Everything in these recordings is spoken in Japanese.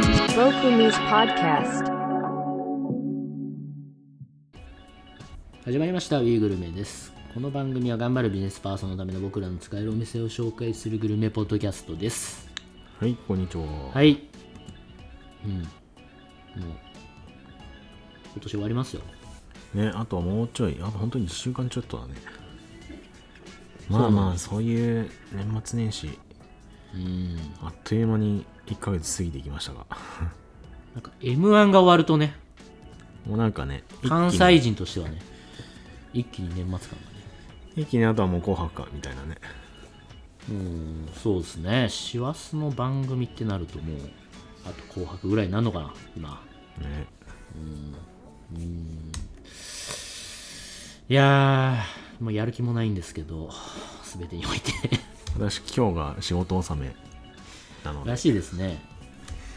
Tokumi's Podcast. 始まりました「ウィーグルメ」ですこの番組は頑張るビジネスパーソンのための僕らの使えるお店を紹介するグルメポッドキャストですはい、こんにちは。はいうんもう今年終わりますよね、あとはもうちょい、あと本当に1週間ちょっとだね。まあまあ、そういう年末年始、うんあっという間に1ヶ月過ぎていきましたが、なんか m 1が終わるとねもうなんかね、一気に関西人としてはね一気に年末感がね一気にあとはもう紅白か、みたいなね。うんそうですね師走の番組ってなるともうあと「紅白」ぐらいになるのかな今ね、いやーもうやる気もないんですけど全てにおいて私、今日が仕事納めなので、らもしいですね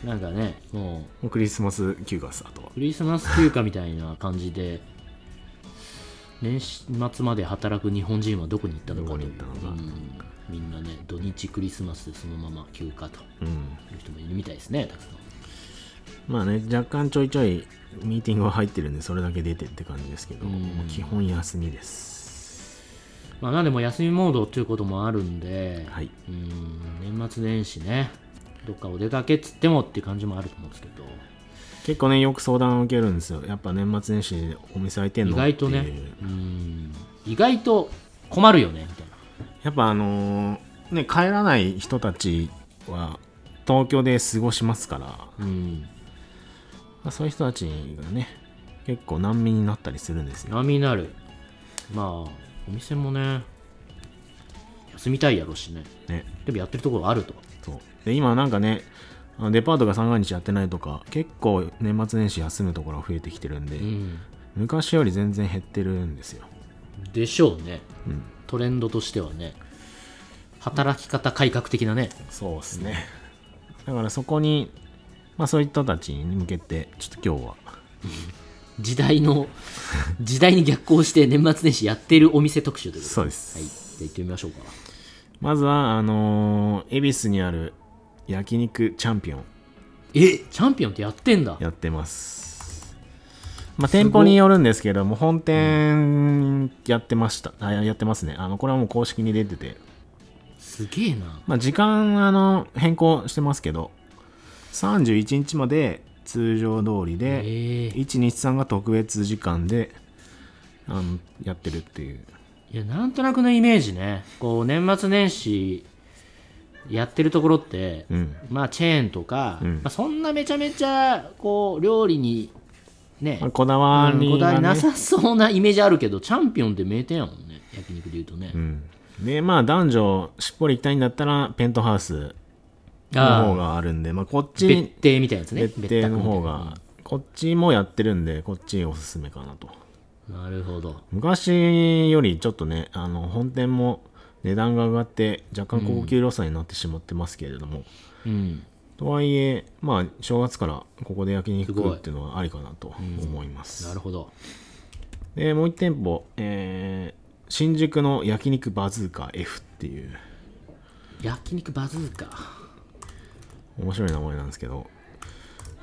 なんかねもうクリスマス休暇です、あとはう。クリスマス休暇みたいな感じで年始末まで働く日本人はどこに行ったのかというどこに行ったのかうんみんなね土日クリスマスでそのまま休暇とうん。いう人もいるみたいですねたくさんまあね、若干ちょいちょいミーティングは入ってるんで、それだけ出てって感じですけど、もう基本休みです。まあなんでもう休みモードということもあるんで、はい。うん年末年始ねどっかお出かけっつってもっていう感じもあると思うんですけど結構ねよく相談を受けるんですよやっぱ年末年始お店開いてんの意外とってねいううん意外と困るよねみたいなやっぱあのーね帰らない人たちは東京で過ごしますから、まうんあ、そういう人たちがね結構難民になったりするんですよ波になるまあお店もね休みたいやろうしねねでもやってるところあるとそうで今なんかねあのデパートが三が日やってないとか結構年末年始休むところが増えてきてるんで、うん昔より全然減ってるんですよでしょうねうんトレンドとしてはね働き方改革的なねそうですね。だからそこに、まあそういった人たちに向けて、ちょっと今日は、時代 の時代に逆行して年末年始やってるお店特集ということそうですはいじゃあ行ってみましょうかまずは、あのー恵比寿にある焼肉チャンピオンえチャンピオンってやってんだやってます。まあ店舗によるんですけれども、本店やってました。あやってますね。あの、これはもう公式に出てて、すげえなまあ時間、あの、変更してますけど、31日まで通常通りで、ええ123が特別時間であのやってるっていういやなんとなくのイメージねこう年末年始やってるところって、うんまあチェーンとか、うんまあ、そんなめちゃめちゃこう料理にね、まあこだわうんこりだわが、りねなさそうなイメージあるけどチャンピオンって名店やもんね焼肉で言うとね、うんでまあ男女しっぽり行きたいんだったらペントハウスの方ああがあるんでまあ、こっち別に邸みたいなやつね別邸の方別がこっちもやってるんでこっちおすすめかなと宅みたいななるほど昔よりちょっとねあの本店も値段が上がって若干高級路線になってしまってますけれども、うんとはいえまあ正月からここで焼肉す食ごういっていうのはありかなと思います、なるほどでもう1店舗、えー新宿の焼肉バズーカ F っていう焼肉バズーカ面白い名前なんですけど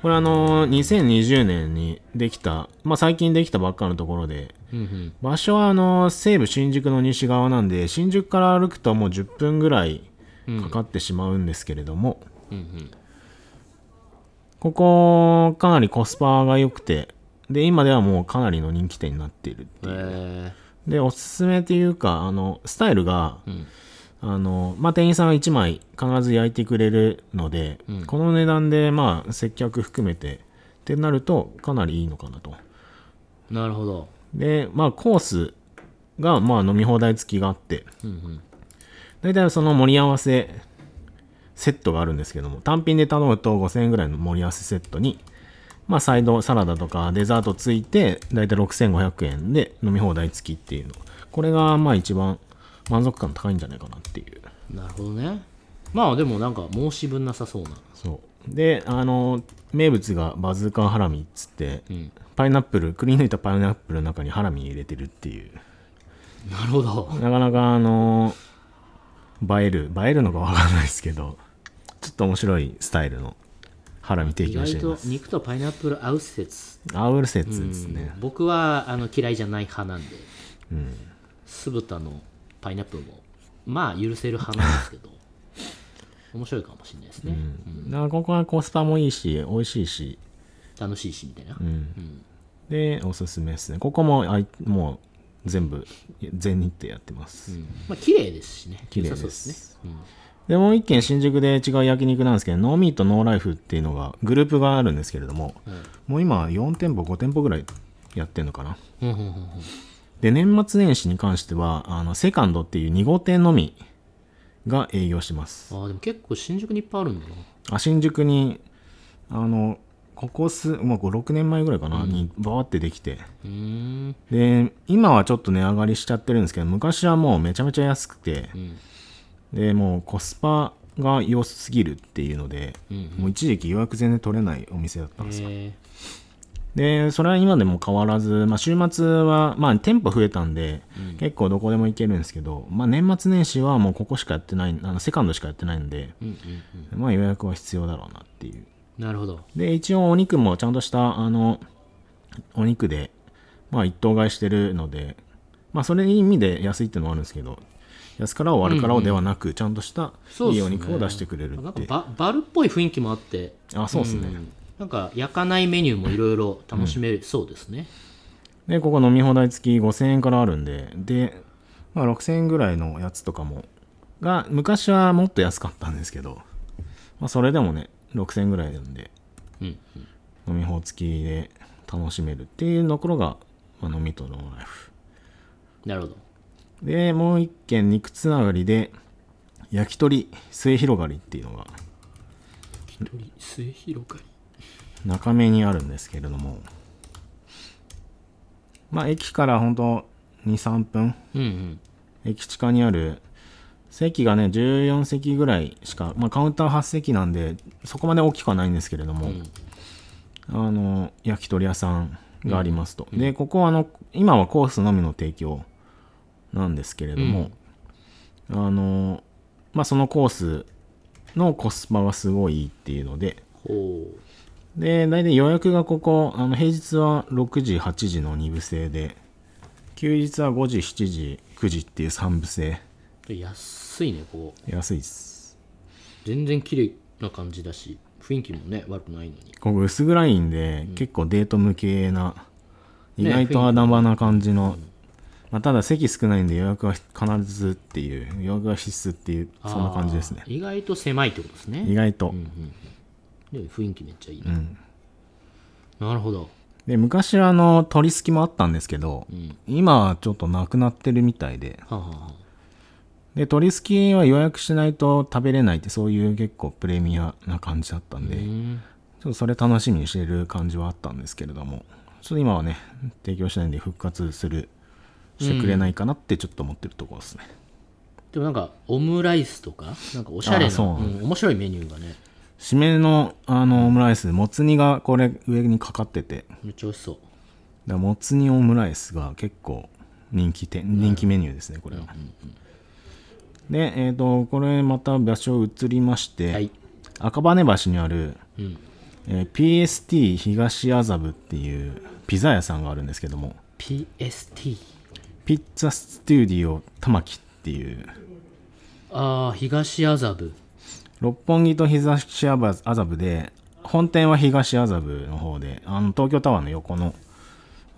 これあのー2020年にできた、まあ、最近できたばっかのところでうんうん場所はあのー西武新宿の西側なんで新宿から歩くともう10分ぐらいかかってしまうんですけれども、うんうんここかなりコスパが良くてで今ではもうかなりの人気店になっているっていうえでおすすめというかあのスタイルが、んあのまあ、店員さんが1枚必ず焼いてくれるので、うんこの値段で、まあ、接客含めてってなるとかなりいいのかなとーなるほどで、まあ、コースが、まあ、飲み放題付きがあってうんうん大体その盛り合わせセットがあるんですけども単品で頼むと5000円ぐらいの盛り合わせセットに、まあ、サイドサラダとかデザートついて大体6500円で飲み放題付きっていうのこれがまあ一番満足感高いんじゃないかなっていうなるほどねまあでもなんか申し分なさそうなそうであの名物がバズーカハラミっつって、んパイナップルくり抜いたパイナップルの中にハラミ入れてるっていうなるほどなかなかあの映える映えるのかわかんないですけどちょっと面白いスタイルのハラミ提意供外していとます肉とパイナップル合う説アウル説ですね、僕はあの嫌いじゃない派なんで、酢豚のパイナップルもまあ許せる派なんですけど 面白いかもしれないですね、だからここはコスパもいいし美味しいし楽しいしみたいな、でおすすめですねここもあいもう全部全日程やってます、まあ綺麗ですしね綺麗良でさすそうですね、でもう一軒新宿で違う焼肉なんですけどノーミートノーライフっていうのがグループがあるんですけれども、もう今4店舗5店舗ぐらいやってんのかなうんうんうんうんで年末年始に関してはあのセカンドっていう2号店のみが営業してますああでも結構新宿にいっぱいあるんだなあ新宿にあのここ数、まあ、6年前ぐらいかな、にバーってできてうーんで今はちょっと値上がりしちゃってるんですけど昔はもうめちゃめちゃ安くて、んでもうコスパが良すぎるっていうので、もう一時期予約全然取れないお店だったんですよえでそれは今でも変わらず、まあ、週末は、まあ、店舗増えたんで、結構どこでも行けるんですけど、まあ、年末年始はもうここしかやってないあのセカンドしかやってないんで、うんうんうんまあ、予約は必要だろうなっていうなるほどで一応お肉もちゃんとしたあのお肉で、まあ、一頭買いしてるので、まあ、それいい意味で安いってのもあるんですけど安からを悪からをではなく、ちゃんとしたそうっいすいねお肉を出してくれるなんっかてババルっぽい雰囲気もあってあそうですね、んなんか焼かないメニューもいろいろ楽しめるそうですね、でここ飲み放題付き5000円からあるんでで、まあ、6000円ぐらいのやつとかもが昔はもっと安かったんですけど、まあ、それでもね6000円ぐらいなんでうん飲み放付きで楽しめるっていうところが、まあ、飲みとノーライフなるほどでもう一軒肉つながりで焼き鳥末広がりっていうのが一人末広がり中目にあるんですけれどもまあ駅からほんと23分うんうん駅地下にある席がね14席ぐらいしか、まあ、カウンター8席なんでそこまで大きくはないんですけれども、あの焼き鳥屋さんがありますと、でここはあの今はコースのみの提供なんですけれども、あのまあそのコースのコスパがすごいいいっていうのでほで大体予約がここあの平日は6時8時の2部制で休日は5時7時9時っていう3部制う安いねこう安いです全然綺麗な感じだし雰囲気もね悪くないのにここ薄暗いんで、結構デート向けな意ね外とあだ場な感じの、まあ、ただ席少ないんで予約は必ずっていう予約は必須っていうそんな感じですねあー意外と狭いってことですね意外と、で雰囲気めっちゃいいな、なるほどで昔はあの取りすきもあったんですけど、今はちょっとなくなってるみたいではあ、はあはあ、で取りすきは予約しないと食べれないってそういう結構プレミアな感じだったんで、うんちょっとそれ楽しみにしてる感じはあったんですけれども、ちょっと今はね、提供しないんで復活する、してくれないかなってちょっと思ってるところですね。でもなんかオムライスとかなんかおしゃれあな、そううなんん、面白いメニューがね締めのあのオムライス、もつ煮がこれ上にかかってて、だかめっちゃ美味しそうらもつ煮オムライスが結構人気店、人気メニューですね、これは。で、えっ、と、これまた場所移りまして、はい赤羽橋にある、うんえー PST 東麻布っていうピザ屋さんがあるんですけども、 PST ピッツァステューディオ玉木っていうああ東麻布六本木と東麻布で本店は東麻布の方であの東京タワーの横の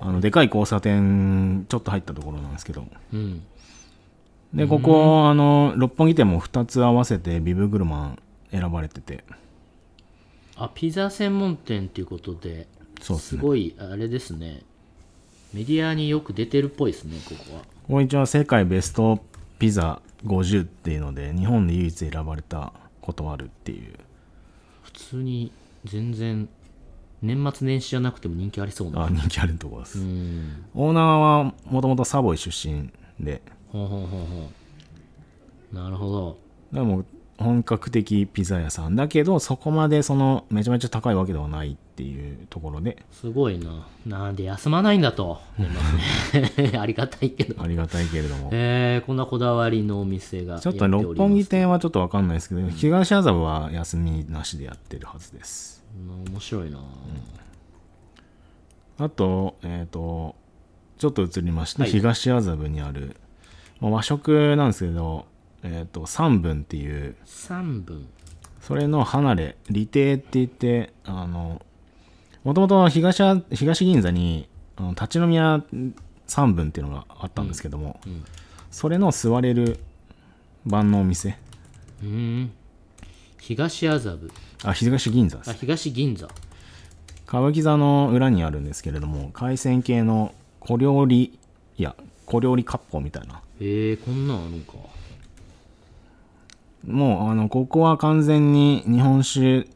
あのでかい交差点ちょっと入ったところなんですけどうんでここあの六本木店も2つ合わせてビブグルマン選ばれててあピザ専門店っていうことでそうっすすねごいあれですねメディアによく出てるっぽいですねここはここ一応世界ベストピザ50っていうので日本で唯一選ばれたことあるっていう普通に全然年末年始じゃなくても人気ありそうなあ人気あるところですうんオーナーはもともとサボイ出身でほうほうほうほうなるほどでも本格的ピザ屋さんだけどそこまでそのめちゃめちゃ高いわけではないっていうところですごいな。なんで休まないんだと。ねまあね ありがたいけど。ありがたいけれどもえー、こんなこだわりのお店がやちょってとおります。六本木店はちょっとわかんないですけど、東麻布は休みなしでやってるはずですうん面白いな。あとえっ、とちょっと移りまして、はい東麻布にある、まあ和食なんですけどえっ、と三分っていう三分。それの離れ離邸って言ってあのもともと東あ東銀座にあの立ち飲み屋三分っていうのがあったんですけども、んそれの座れる版のお店うーん。東麻布。あ東銀座ですあ、東銀座。歌舞伎座の裏にあるんですけれども海鮮系の小料理いや小料理割烹みたいなへえー、こんなんあるんか。もうあのここは完全に日本酒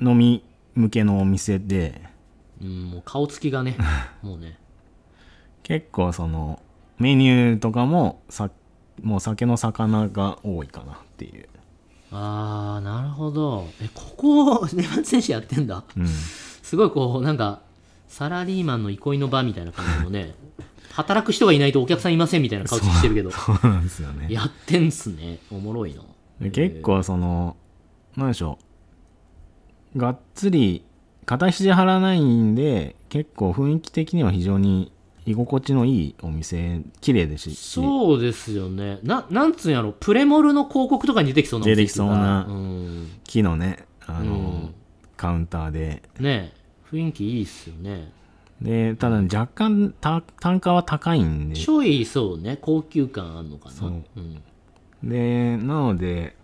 飲み向けのお店でうん、もう顔つき がね、もうね。結構そのメニューとかもさもう酒の魚が多いかなっていう、あー、なるほど。え、ここ、年末選手やってんだ。うん、すごいこう、なんか、サラリーマンの憩いの場みたいな感じの ね、働く人がいないとお客さんいませんみたいな顔つきしてるけど、そうなんですよねやってんすね。おもろいな。で結構そのなんでしょうがっつり片肘張らないんで結構雰囲気的には非常に居心地のいいお店綺麗ですしそうですよね。な、なんつうんやろ、プレモルの広告とかに出てきそうな出てきそうなうん。木のねあの、うんカウンターでねえ雰囲気いいっすよね。でただ若干た単価は高いんでちょいそうね、高級感あんのかな。そううん。でなので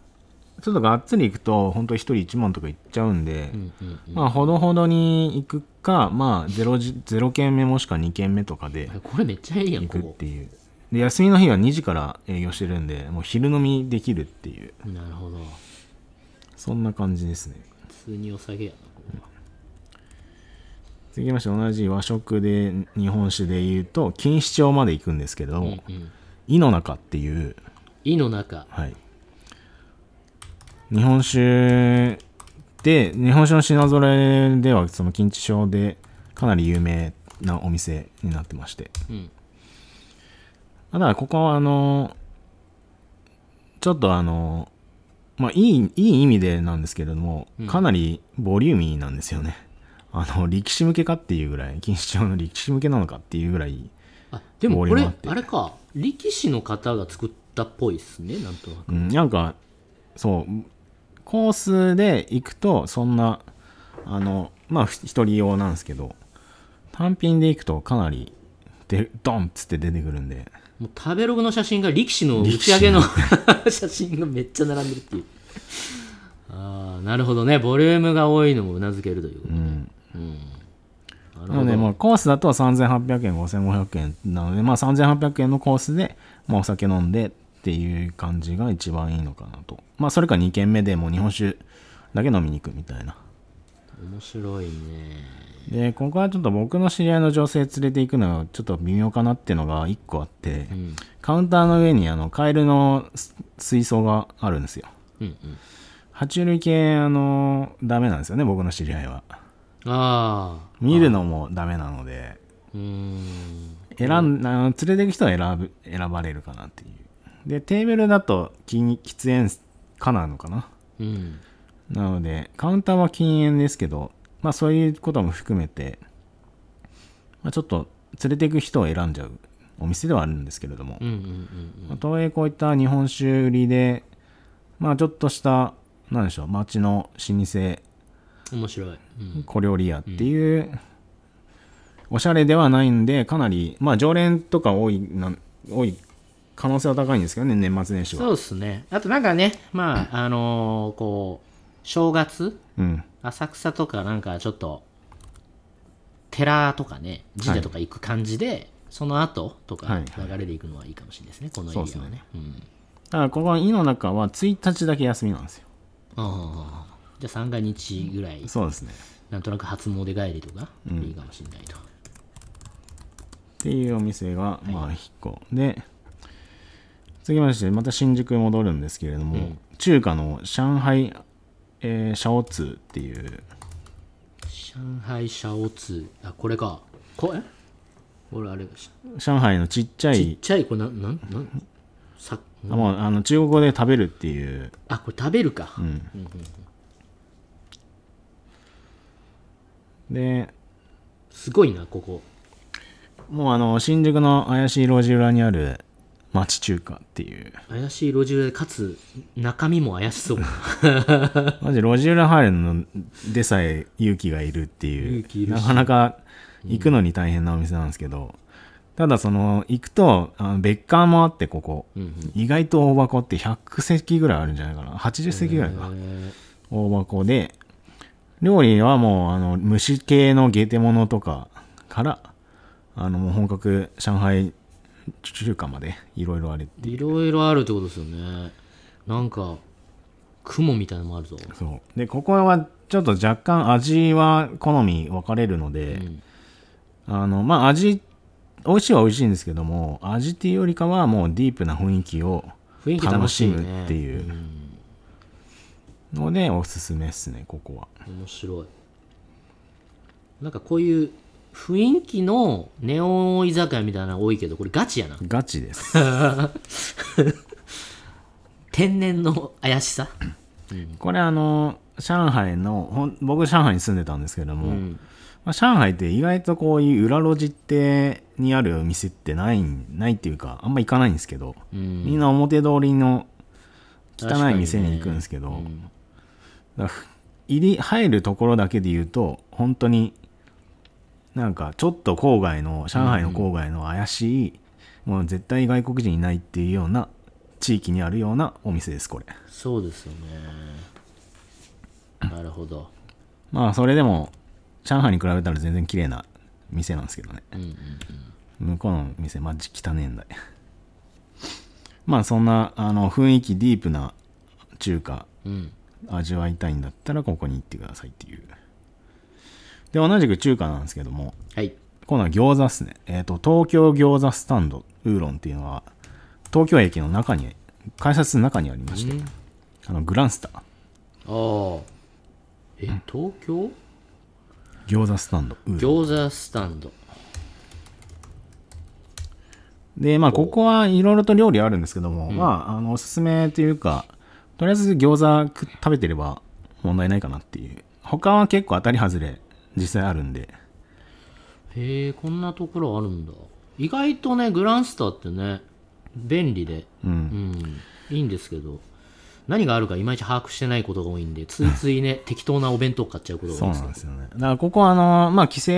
ちょっとがっつり行くと本当一人1万とかいっちゃうんで、うんうんうん。まあほどほどに行くかまあ 0, じ0軒目もしくは2軒目とかでこれめっちゃいいやん、行くこっこて。いうで休みの日は2時から営業してるんでもう昼飲みできるっていうなるほど。そんな感じですね普通にお酒やな、ここは。続きまして同じ和食で日本酒で言うと錦糸町まで行くんですけれども、うんうん。井の中っていう、井の中。はい、日本酒で日本酒の品揃えではその錦糸町でかなり有名なお店になってましてうん。ただここはあのちょっとあのまあいいいい意味でなんですけれどもうんかなりボリューミーなんですよね、あの力士向けかっていうぐらい錦糸町の力士向けなのかっていうぐらいあ、でもこ森れもあっ、てあれか、力士の方が作ったっぽいっすね、なんとなく。うん、なんかそうコースで行くとそんなあのまあ一人用なんですけど単品で行くとかなりでドンっつって出てくるんでもう食べログの写真が力士の打ち上げの 写真がめっちゃ並んでるっていう。ああ、なるほどね。ボリュームが多いのもうなずけるということね。うん。ななるのほでど。まあコースだと3800円5500円なのでまあ3800円のコースで、まあ、お酒飲んでっていう感じが一番いいのかなとまあそれか2軒目でもう日本酒だけ飲みに行くみたいな面白いね。でここはちょっと僕の知り合いの女性連れて行くのがちょっと微妙かなっていうのが1個あって、うん。カウンターの上にあのカエルのす水槽があるんですよ。うん爬虫類系、あの、ダメなんですよね、僕の知り合いは。うん。ああ。見るのもダメなので、うーん。選ん、あの連れて行く人は選ぶ、選ばれるかなっていう。で、テーブルだと禁喫煙かなのかなうん。なので、カウンターは禁煙ですけど、まあそういうことも含めて、まあちょっと連れて行く人を選んじゃうお店ではあるんですけれどもうんうんう、んまあ東映こういった日本酒売りで、まあちょっとした、なんでしょう、町の老舗うん。面白い。うん。小料理屋っていう、おしゃれではないんで、かなり、まあ常連とか多いな、多い可能性は高いんですけどね、年末年始そは。うっすね。あとなんかね、まあ、あのーこう、正月うん。浅草とかなんかちょっと寺とかね神社とか行く感じで、その後とはかい流れで行くのはいいかもしれないですね、このエリアはねうんただ、ここは井の中は1日だけ休みなんですよ。ああじゃあ三が日ぐらいそうですね。なんとなく初詣帰りとかいいかもしれないと、っていうお店が、まあ、1個。で、続きまして、また新宿へ戻るんですけれども、中華の上海、えーシャオツーっていう、上海シャオツーあこれかこえ俺あれし上海のちっちゃちいっ、ちゃいこれなんなんなんさあもうあの中国語で食べるっていう、あこれ食べるか、で、すごいなここもうあの、新宿の怪しい路地裏にある町中華っていう、 怪しい路地裏でかつ中身も怪しそうマジ路地裏入るのでさえ勇気がいるっていう勇気いるしなかなか行くのに大変なお店なんですけど、ただその行くとあの別館もあってここ、意外と大箱って100席ぐらいあるんじゃないかな80席ぐらいか、大箱で料理はもうあの虫系のゲテモノとかからあのもう本格上海中華までいろいろあれいろいろあるってことですよねなんか雲みたいなのもあるぞそうでここはちょっと若干味は好み分かれるので、あのまあ味美味しいは美味しいんですけども味っていうよりかはもうディープな雰囲気を雰囲気楽楽ししいねむっていうのでおすすめですねここは面白いなんかこういう雰囲気のネオン居酒屋みたいなの多いけどこれガチやなガチです天然の怪しさこれあの上海のほん僕上海に住んでたんですけども、まあ、上海って意外とこういう裏路地ってにあるお店ってないないっていうかあんま行かないんですけど、うんみんな表通りの確か汚にいね店に行くんですけど、だからふ入り入るところだけで言うと本当になんかちょっと郊外の上海の郊外の怪しい、もう絶対外国人いないっていうような地域にあるようなお店ですこれそうですよねなるほどまあそれでも上海に比べたら全然綺麗な店なんですけどね、向こうの店マジ汚ねえんだよ まあそんなあの雰囲気ディープな中華うん味わいたいんだったらここに行ってくださいっていうで同じく中華なんですけどもはい今度は餃子っすねえっ、と東京餃子スタンドウーロンっていうのは東京駅の中に改札の中にありまして、あのグランスタああえ東京餃子スタンドウーロン餃子スタンドで、まあ、ここはいろいろと料理あるんですけども、まあ、あの、おすすめというか、とりあえず餃子食食べてれば問題ないかなっていう。他は結構当たり外れ、実際あるんで。へえこんなところあるんだ意外とねグランスターってね便利でうん、いいんですけど何があるかいまいち把握してないことが多いんでついつい ね適当なお弁当買っちゃうことがそ多いうですなんですよね。だから、ここは、あの、まあ、帰省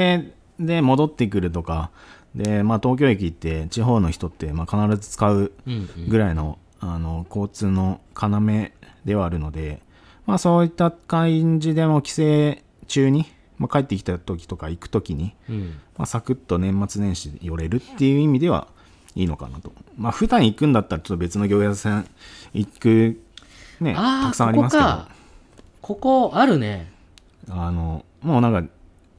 で戻ってくるとか、で、まあ、東京駅って地方の人って、まあ、必ず使うぐらいの、あの、交通の要ではあるので、まあ、そういった感じでも帰省中に、まあ、帰ってきた時とか行く時に、うんまあ、サクッと年末年始で寄れるっていう意味ではいいのかなと。まあ、普段行くんだったらちょっと別の餃子屋さん行く、ね、ああたくさんありますけど、ここかここあるねあの、もうなんか、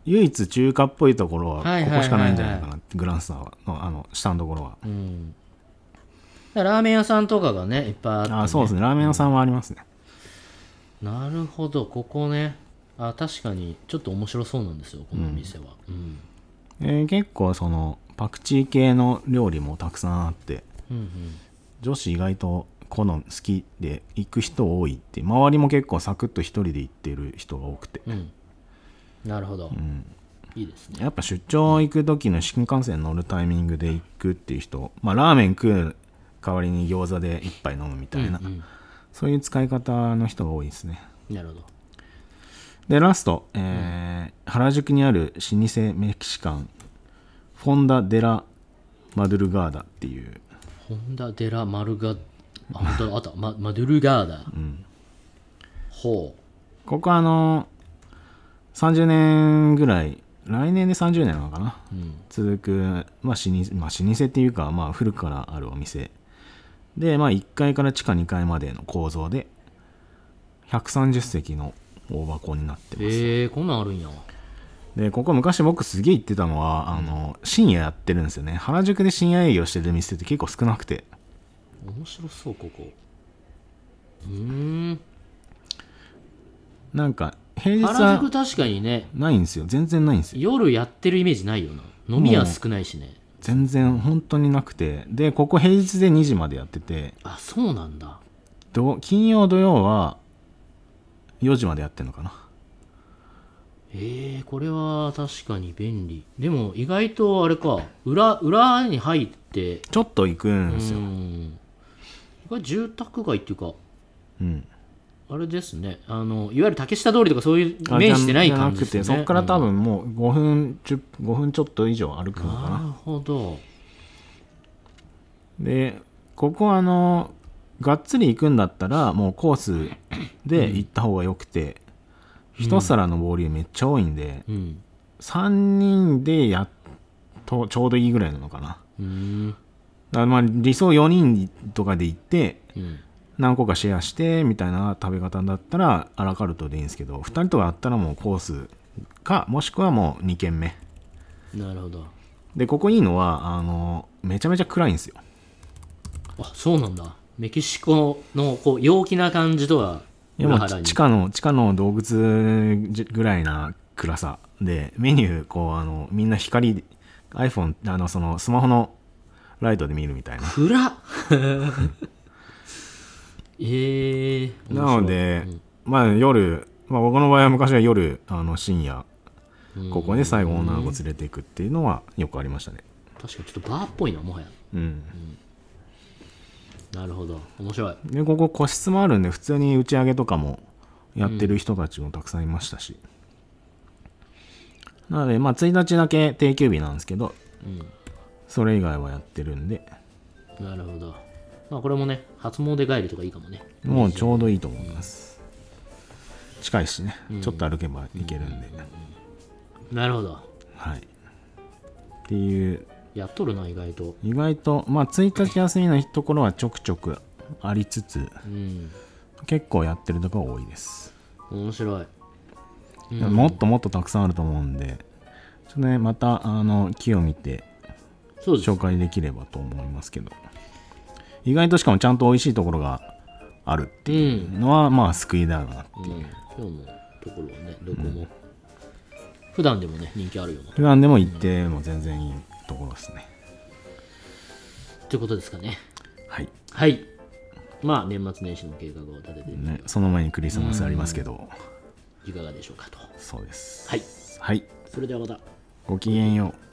唯一中華っぽいところははいはいはいはいここしかないんじゃないかなって、グランスターの、あの、下のところは。うんだからラーメン屋さんとかがねいっぱいあって、ね、ああそうですね、ラーメン屋さんはありますね。なるほどここねあ確かにちょっと面白そうなんですよこのお店は、うんえー結構その、パクチー系の料理もたくさんあって、うん女子意外と好み好きで行く人多いって、周りも結構サクッと一人で行ってる人が多くて。うんうんなるほど、いいですねやっぱ出張行く時の新幹線乗るタイミングで行くっていう人、まあ、ラーメン食う代わりに餃子で一杯飲むみたいな、そういう使い方の人が多いですねなるほどでラスト、えー原宿にある老舗メキシカンフォンダ・デラ・マドゥルガーダっていうホンダ・デラ・マルガあ本当だあったママドゥルガーダ、ほここあの30年ぐらい来年で30年なのかな、続く、まあ、老舗まあ老舗っていうか、まあ、古くからあるお店で、まあ、1階から地下2階までの構造で130席の大箱になってうます、へえー、こんなんあるんやでここ昔僕すげえ行ってたのはあの深夜やってるんですよね原宿で深夜営業してる店って結構少なくて面白そうここうーんなんか平日原は宿確かにねないんですよ全然ないんですよ夜やってるイメージないよな飲み屋少ないしね全然本当になくてでここ平日で2時までやっててあそうなんだど金曜土曜は4時までやってんのかなえー、これは確かに便利でも意外とあれか裏裏に入ってちょっと行くんですうよんこれ住宅街っていうかうんあれですねあのいわゆる竹下通りとかそういう面してない感じですねじゃなくてそこから多うん分もう5分10 5分ちょっと以上歩くのかななるほどでここあのがっつり行くんだったらもうコースで行った方がよくて、一皿のボリュームめっちゃ多いんで、うん3人でやっとちょうどいいぐらいなのかなだかうんらまあ理想4人とかで行ってうん何個かシェアしてみたいな食べ方だったらアラカルトでいいんですけど2人とかだったらもうコースかもしくはもう2軒目なるほどでここいいのはあのめちゃめちゃ暗いんですよあそうなんだメキシコのこう陽気な感じとはいやも裏う腹に地下の地下の洞窟ぐらいな暗さでメニューこうあのみんな光 iPhone あのそのスマホのライトで見るみたいな暗っ えー、面白いなので、まあ夜、まあ、僕の場合は昔は夜あの深夜うんここで最後女の子連れていくっていうのはよくありましたね確かにちょっとバーっぽいなもはやうんなるほど面白いでここ個室もあるんで普通に打ち上げとかもやってる人たちもたくさんいましたし、なのでまあ1日だけ定休日なんですけど、それ以外はやってるんでなるほどまあこれもね初詣帰りとかいいかもねもうちょうどいいと思います、近いしね、ちょっと歩けば行けるんで、なるほどはいっていうやっとるな意外と意外とまあ1日休みのところはちょくちょくありつつうん結構やってるところ多いです、面白いもっともっとたくさんあると思うんでちょっとねまたあの木を見てそうです紹介できればと思いますけど意外としかもちゃんと美味しいところがあるっていうのは、まあ救いだよなうん今日のところはねどこも、普段でもね人気あるような普段でも行っても全然いいところですねってことですかねはい、はいまあ年末年始の計画を立ててみてね、その前にクリスマスありますけど、いかがでしょうかとそうですはいはいそれではまたごきげんよう